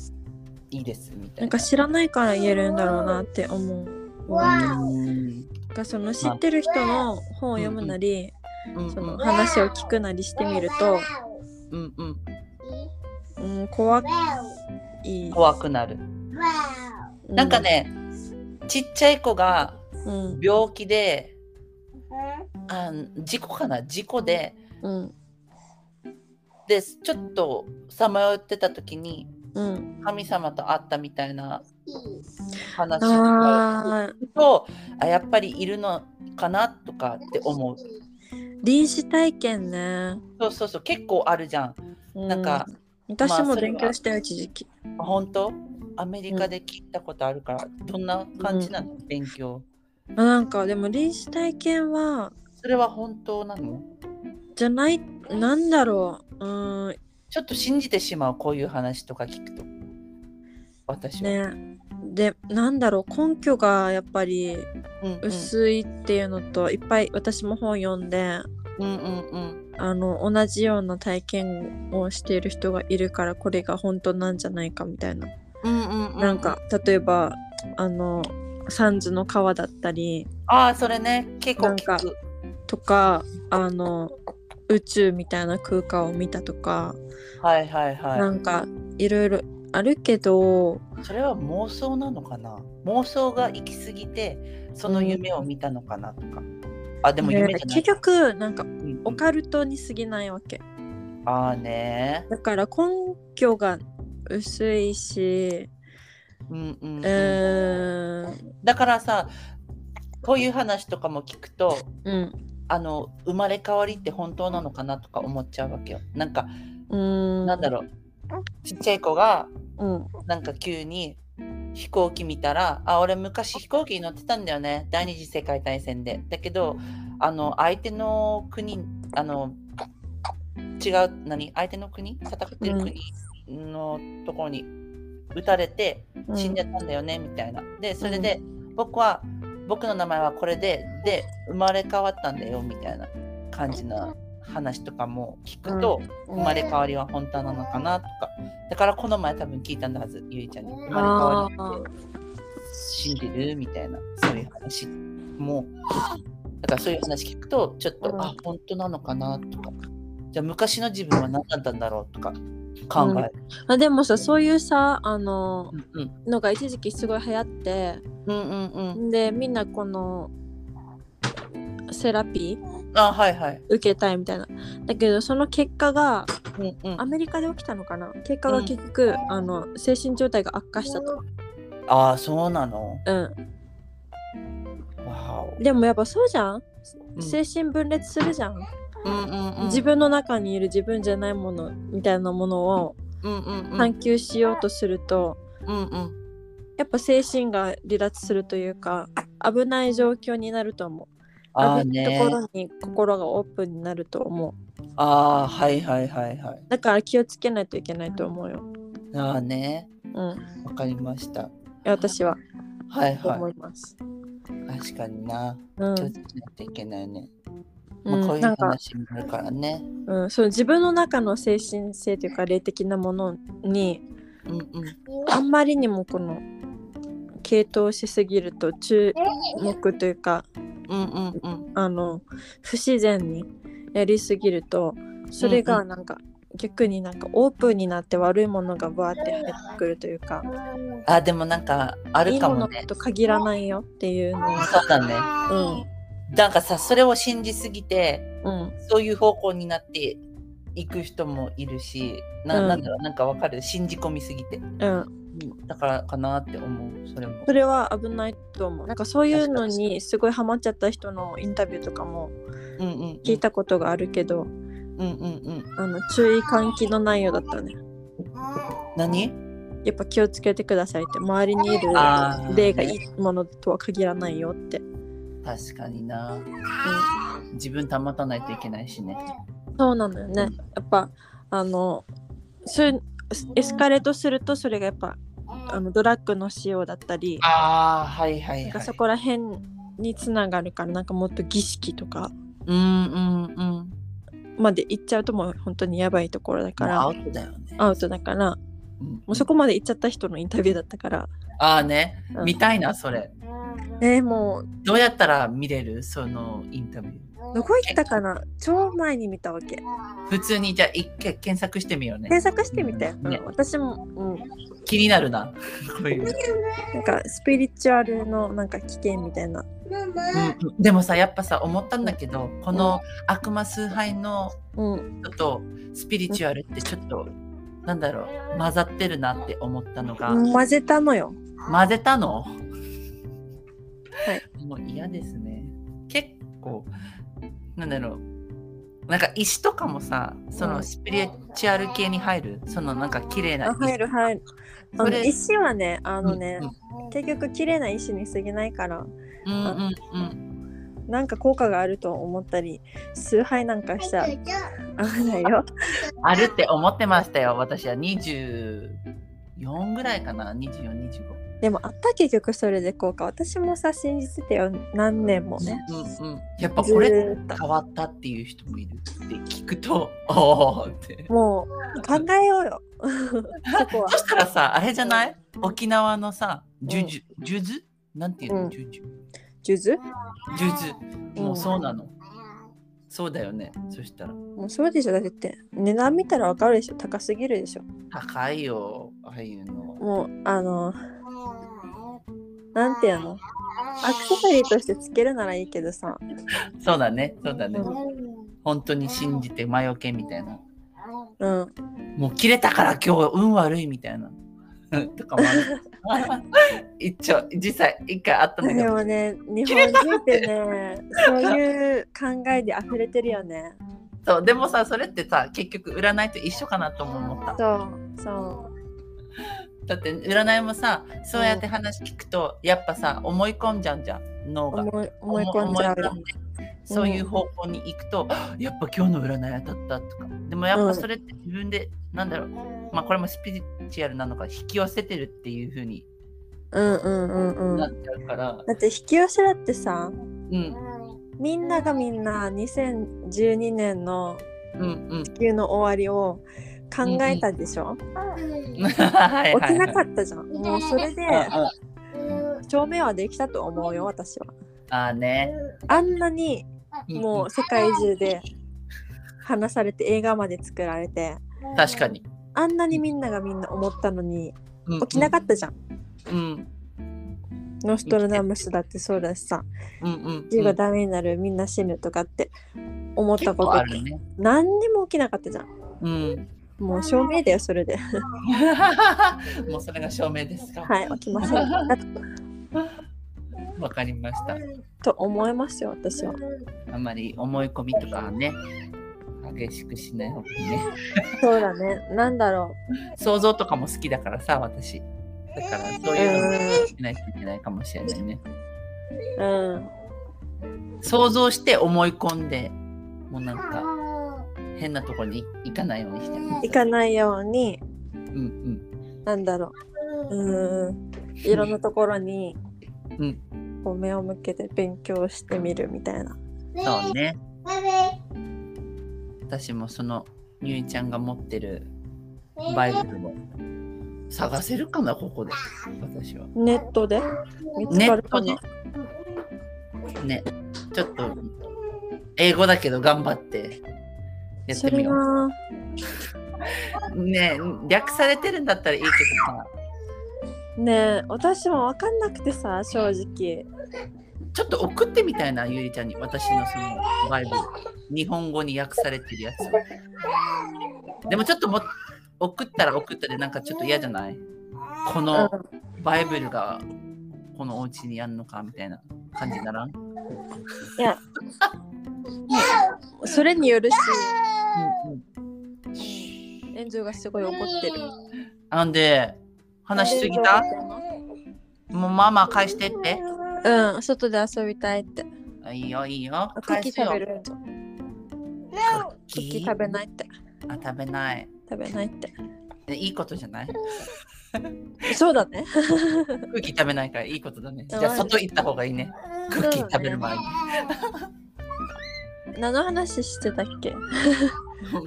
いいですみたないんかな,知らないから言えるんだろうなって思う。うーん、なんかその知ってる人の本を読むなり、うんそのう話を聞くなりしてみると、んうんうんうん、怖い。怖くなる、うなんか、ねちっちゃい子がうん病気であ事故かな事故でうんでちょっとさまよってた時にうん。神様と会ったみたいな話がああ、とあやっぱりいるのかなとかって思う臨死体験ね。そうそうそう結構あるじゃんうなんか、ま私あそもれは勉強したよ、一時期。本当アメリカで聞いたことあるから、どんな感じなの、勉強あなんか、でも臨死体験は、それは本当なのじゃない、なんだろう。うん、ちょっと信じてしまうこういう話とか聞くと私は、ね。で、なんだろう、根拠がやっぱりうんうん、薄いっていうのと、いっぱい私も本読んで、うんうんうんあの同じような体験をしている人がいるからこれが本当なんじゃないかみたいな、うんうんうんなんか例えばあのサンズの川だったりああそれね結構な聞んかくとかあの宇宙みたいな空間を見たとか、はいはいはいなんかいろいろあるけどそれは妄想なのかな妄想が行き過ぎてその夢を見たのかなとか、あでも夢ねじゃない、結局なんかうんうんオカルトに過ぎないわけああねだから根拠が薄いし、うんうん、ううんーんだからさこういう話とかも聞くとうんあの生まれ変わりって本当なのかなとか思っちゃうわけよなんか、うーんなんだろうちっちゃい子がうんなんか急に飛行機見たら「あ俺昔飛行機に乗ってたんだよね第二次世界大戦で」だけどあの相手の国あの違う何相手の国戦ってる国のところに撃たれてうん死んじゃったんだよね、みたいなでそれで、僕は僕の名前はこれでで生まれ変わったんだよみたいな感じな話とかも聞くと、うん生まれ変わりは本当なのかなとかだからこの前多分聞いたんだはずゆいちゃんに生まれ変わりって信じるみたいなそういう話もだからそういう話聞くとちょっと、うんあ本当なのかなとかじゃあ昔の自分は何だったんだろうとか考える。あでもさそういうさあのうんうんのが一時期すごい流行ってうんうんうんでみんなこのセラピーあはいはい。受けたいみたいなだけどその結果がうんうんアメリカで起きたのかな結果が結局、あの精神状態が悪化したと、ああそうなのうん、わお、でもやっぱそうじゃんうん精神分裂するじゃん、うんうんうん、自分の中にいる自分じゃないものみたいなものをうんうんうん探求しようとすると、うんうんやっぱ精神が離脱するというか危ない状況になると思うああ危ないねところに心がオープンになると思うああはいはいはいはいだから気をつけないといけないと思うよ、ああねうん、わかりました私ははい思はいます、い確かになうん気をつけないといけないね、うまあ、こうんいうなんか、話もあるからねうん、そう自分の中の精神性というか霊的なものにうんうんあんまりにもこの傾倒しすぎると注目というかうんうんうんあの不自然にやりすぎるとそれがなんか、逆になんかオープンになって悪いものがバーって入ってくるというかあでもなんかあいるいかもものねと限らないよっていうのをそうだねうんなんかさそれを信じすぎてうんそういう方向になっていく人もいるしな,、うんん、なんだろうなんかわかる信じ込みすぎて、うん、うん、だからかなって思うそれもそれは危ないと思うなんかそういうのにすごいハマっちゃった人のインタビューとかもうんうんうん聞いたことがあるけど、うんうんうんあの注意喚起の内容だったね何やっぱ気をつけてくださいって周りにいるあー例がいいものとは限らないよって、確かにな、自分保たないといけないしねそうなのよねやっぱあのそういうエスカレートするとそれがやっぱあのドラッグの使用だったりああはいはいはいなんかそこら辺につながるからなんかもっと儀式とかうんうんうんまで行っちゃうともう本当にやばいところだかもらうアウトだよねアウトだからももうそこまで行っちゃった人のインタビューだったからああね、うん見たいなそれえー、もうどうやったら見れるそのインタビュー。どこ行ったかな超前に見たわけ普通にじゃあ一回検索してみようね。検索してみて、うんね私も、うん、気になるな。こういう。なんかスピリチュアルのなんか危険みたいなうんでもさやっぱさ思ったんだけどこの悪魔崇拝のうんちょっとスピリチュアルってちょっとなんだろう混ざってるなって思ったのが混ぜたのよ混ぜたの、いもう嫌ですね結構なんだろうなんか石とかもさそのスピリチュアル系に入るそのなんか綺麗なあ石入る入るあそのれ石はねあのね、うん結局綺麗な石に過ぎないからうんうんうんなんか効果があると思ったり崇拝なんかしたら危ないよあるって思ってましたよ私は24ぐらいかな2425でもあった結局それで効果私もさ信じてたよ何年もねうんうん、やっぱこれずーっと変わったっていう人もいるって聞くとおおってもう考えようよそこはそしたらさあれじゃない沖縄のさ呪術呪術なんていううのん呪術数珠呪術うんもうそうなのそうだよねそしたらもうそうでしょだって値段見たらわかるでしょ高すぎるでしょ高いよああいうのもうあのなんていうのアクセサリーとしてつけるならいいけどさそうだねそうだねうん本当に信じて魔除けみたいなうんもう切れたから今日運悪いみたいな [LAUGHS] とかもある [LAUGHS] 一応実際一回あったんだけでどもね日本人ってねそういう考えで溢れてるよねそうでもさそれってさ結局占いと一緒かなとも思ったそうそうだって占いもさそうやって話聞くと、やっぱさ思い込んじゃうじゃん脳が思い思い込んじゃうよ思い込んでそういう方向に行くと、あやっぱ今日の占い当たったとかでもやっぱそれって自分で、なんだろうまあこれもスピリチュアルなのか引き寄せてるっていう風にうんうんうんうんなだっちゃうから、って引き寄せだってさうん、みんながみんな2012年のうんうん地球の終わりを考えたでしょ、うんはい起はきいはないかったじゃん、もうそれであ証明はできたと思うよ私はあーねあんなにんんもう世界中で話されて映画まで作られて確かに、あんなにみんながみんな思ったのにうん起きなかったじゃん、うんノストラダムスだってそうだしさうんうん自由がダメになるみんな死ぬとかって思った結こ構とあってるね何にも起きなかったじゃんうんもう証明だよそれでもうそれが証明ですか。はい起きま [LAUGHS] せんだわかりました。と思いますよ私はあんまり思い込みとかはね、激しくしない方がいいね。そうだねなんだろ想像とかも好きだからさ、私。だからそうういうのしないといけないかもしれないね。うんうん想像して思い込んで、もうなんか変なところに行かないようにしてます。行かないようにうんなんだろううーんいろんなところにうんこう目を向けて勉強してみるみたいな。うん。そうね。私もそのゆいちゃんが持ってるバイブルを探せるかな、ここで。私は。ネットで見つネかるッかトなで。ね、ちょっと英語だけど頑張ってやっそてれみよう。がね、略されてるんだったらいいけどさ、ねえ私も分かんなくてさ正直ちょっと送ってみたいな、ゆりちゃんに私のそのバイブル、日本語に訳されてるやつ。でもちょっとも送ったら送ったでなんかちょっと嫌じゃないこのバイブルがこのお家にあんのかみたいな感じにならん、うんそれによるしうん、炎上がすごい怒ってる。なんで話しすぎたもうママ返してって。うん外で遊びたいって。あいいよいいよ。あクッキー返すよ食べ。るククッキー食べないってあ食べない。食べないって。えいいことじゃない。そうだね。クッキー食べないからいいことだね。じそうゃあ外行った方がいいね。クッキー食べる前に。何の話してたっけ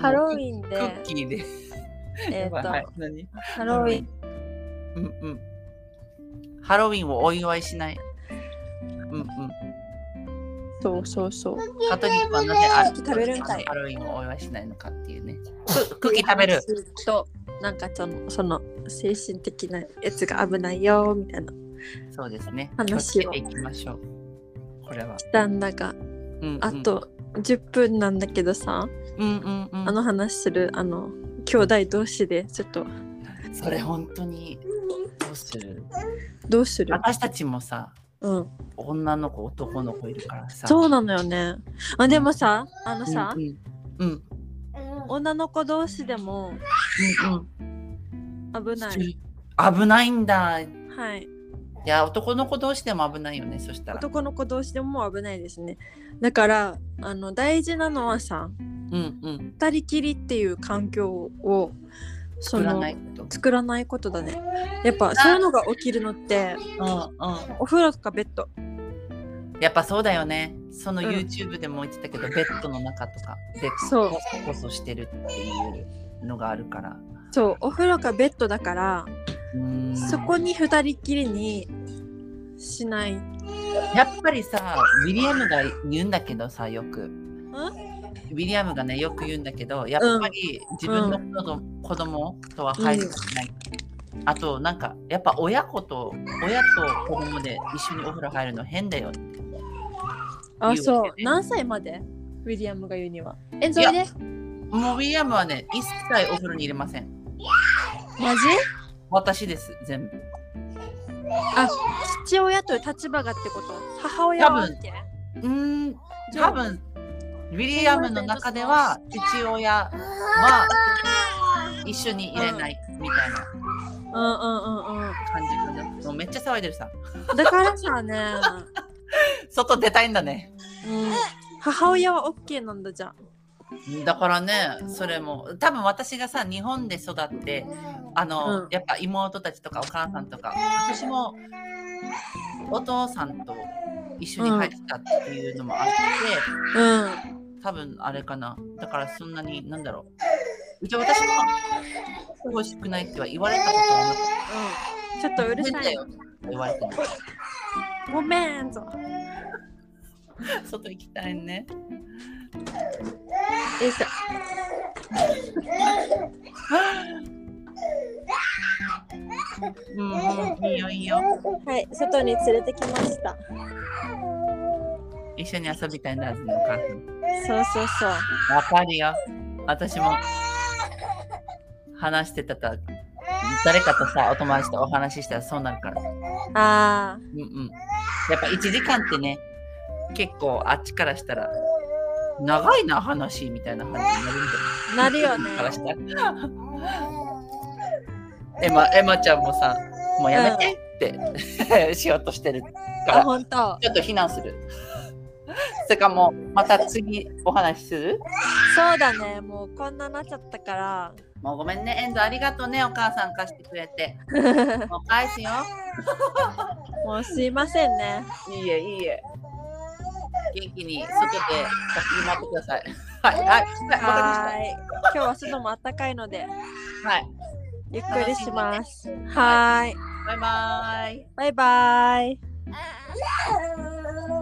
ハロウンィンクで、ッキーで。えっ、やばいはいと、何ハロウィン、うんうん。ハロウィンをお祝いしない。うんうん。そうそうそう。カトリックはなぜクあッキー食べるんかいハロウィンをお祝いしないのかっていうね。ククッキー食べる。となんかそのその精神的なやつが危ないよみたいな。そうですね。話を気をつけていきましょう。これは。なんだかうんうんあ、と10分なんだけどさ、うんうんうん、あの話するあの兄弟同士でちょっとそれ本当にどうするどうする？私たちもさ、うん。女の子、男の子いるからさ。そうななのよね。あでもさあのさ、うんうん。うん女の子同士でもうんうん危ない。危ないんだ。いはい。や、男の子同士でも危ないよね、そしたら。男の子同士でも危ないですね。だからあの大事なのはさうんうん。二人きりっていう環境をそ作らのないこと。作らないことだね。やっぱそういうのが起きるのってうんうん。お風呂とかベッド。やっぱそうだよね。そのうん YouTube でも言ってたけど、ベッドの中とかでそうこそこそしてるっていうのがあるから。そうお風呂かベッドだからうーんそこに二人きりにしない。やっぱりさ、ウィリアムが言うんだけどさ、よく。ウィリアムがね、よく言うんだけど、やっぱり自分の子供,、子供とは入りたくない。あと、なんか、やっぱ親子と、親と子供で一緒にお風呂入るの変だよって。あいいよそうね何歳までウィリアムが言うには。えそれいでもうウィリアムはね、一切お風呂に入れません。マジ私です、全部。父親という立場がってこと母親は多分 OK うーん、じゃあ多分ウィリアムの中では、父親は一緒に入れないみたいなうんうんうんう感じかな。もうめっちゃ騒いでるさ。ん。だからさね、外出たいんだね。うん、母親は OK なんだじゃん。だからねそれも多分私がさ日本で育ってあの、うんやっぱ妹たちとかお母さんとか私もお父さんと一緒に入ったっていうのもあって、うん多分あれかなだからそんなになんだろううち私も欲しくないっては言われたことはなくうん。ちょっとうる変さだいよ。って言われてないごめんぞ。 [LAUGHS] 外行きたいねえさうんうんいいよいいよはい、外に連れてきました。一緒に遊びたいんだはずのお母さんそうそうそう。わかるよ。私も話してたら、誰かとさ、お友達とお話ししたらそうなるから。うああ、んうん。やっぱ1時間ってね、結構あっちからしたら、長いな話みたいな話になるんだよ。なるよね。からしたら。エマ、エマちゃんもさ、もうやめてって、 [LAUGHS] しようとしてるかあ、ら、本当。ちょっと避難する。それかもう、また次お話しするそうだね。もうこんななっちゃったから。もうごめんね、エンドありがとうね、お母さん貸してくれ [LAUGHS] て。もう返すよ。もうすいませんね。いいえ、いいえ。元気に外で先に回ってください。はい、はい、はい、わはかーい。今日は外も暖かいので、りました。はい、ゆっくりします。はーい。バイバーイ。バイバイ。 Ah.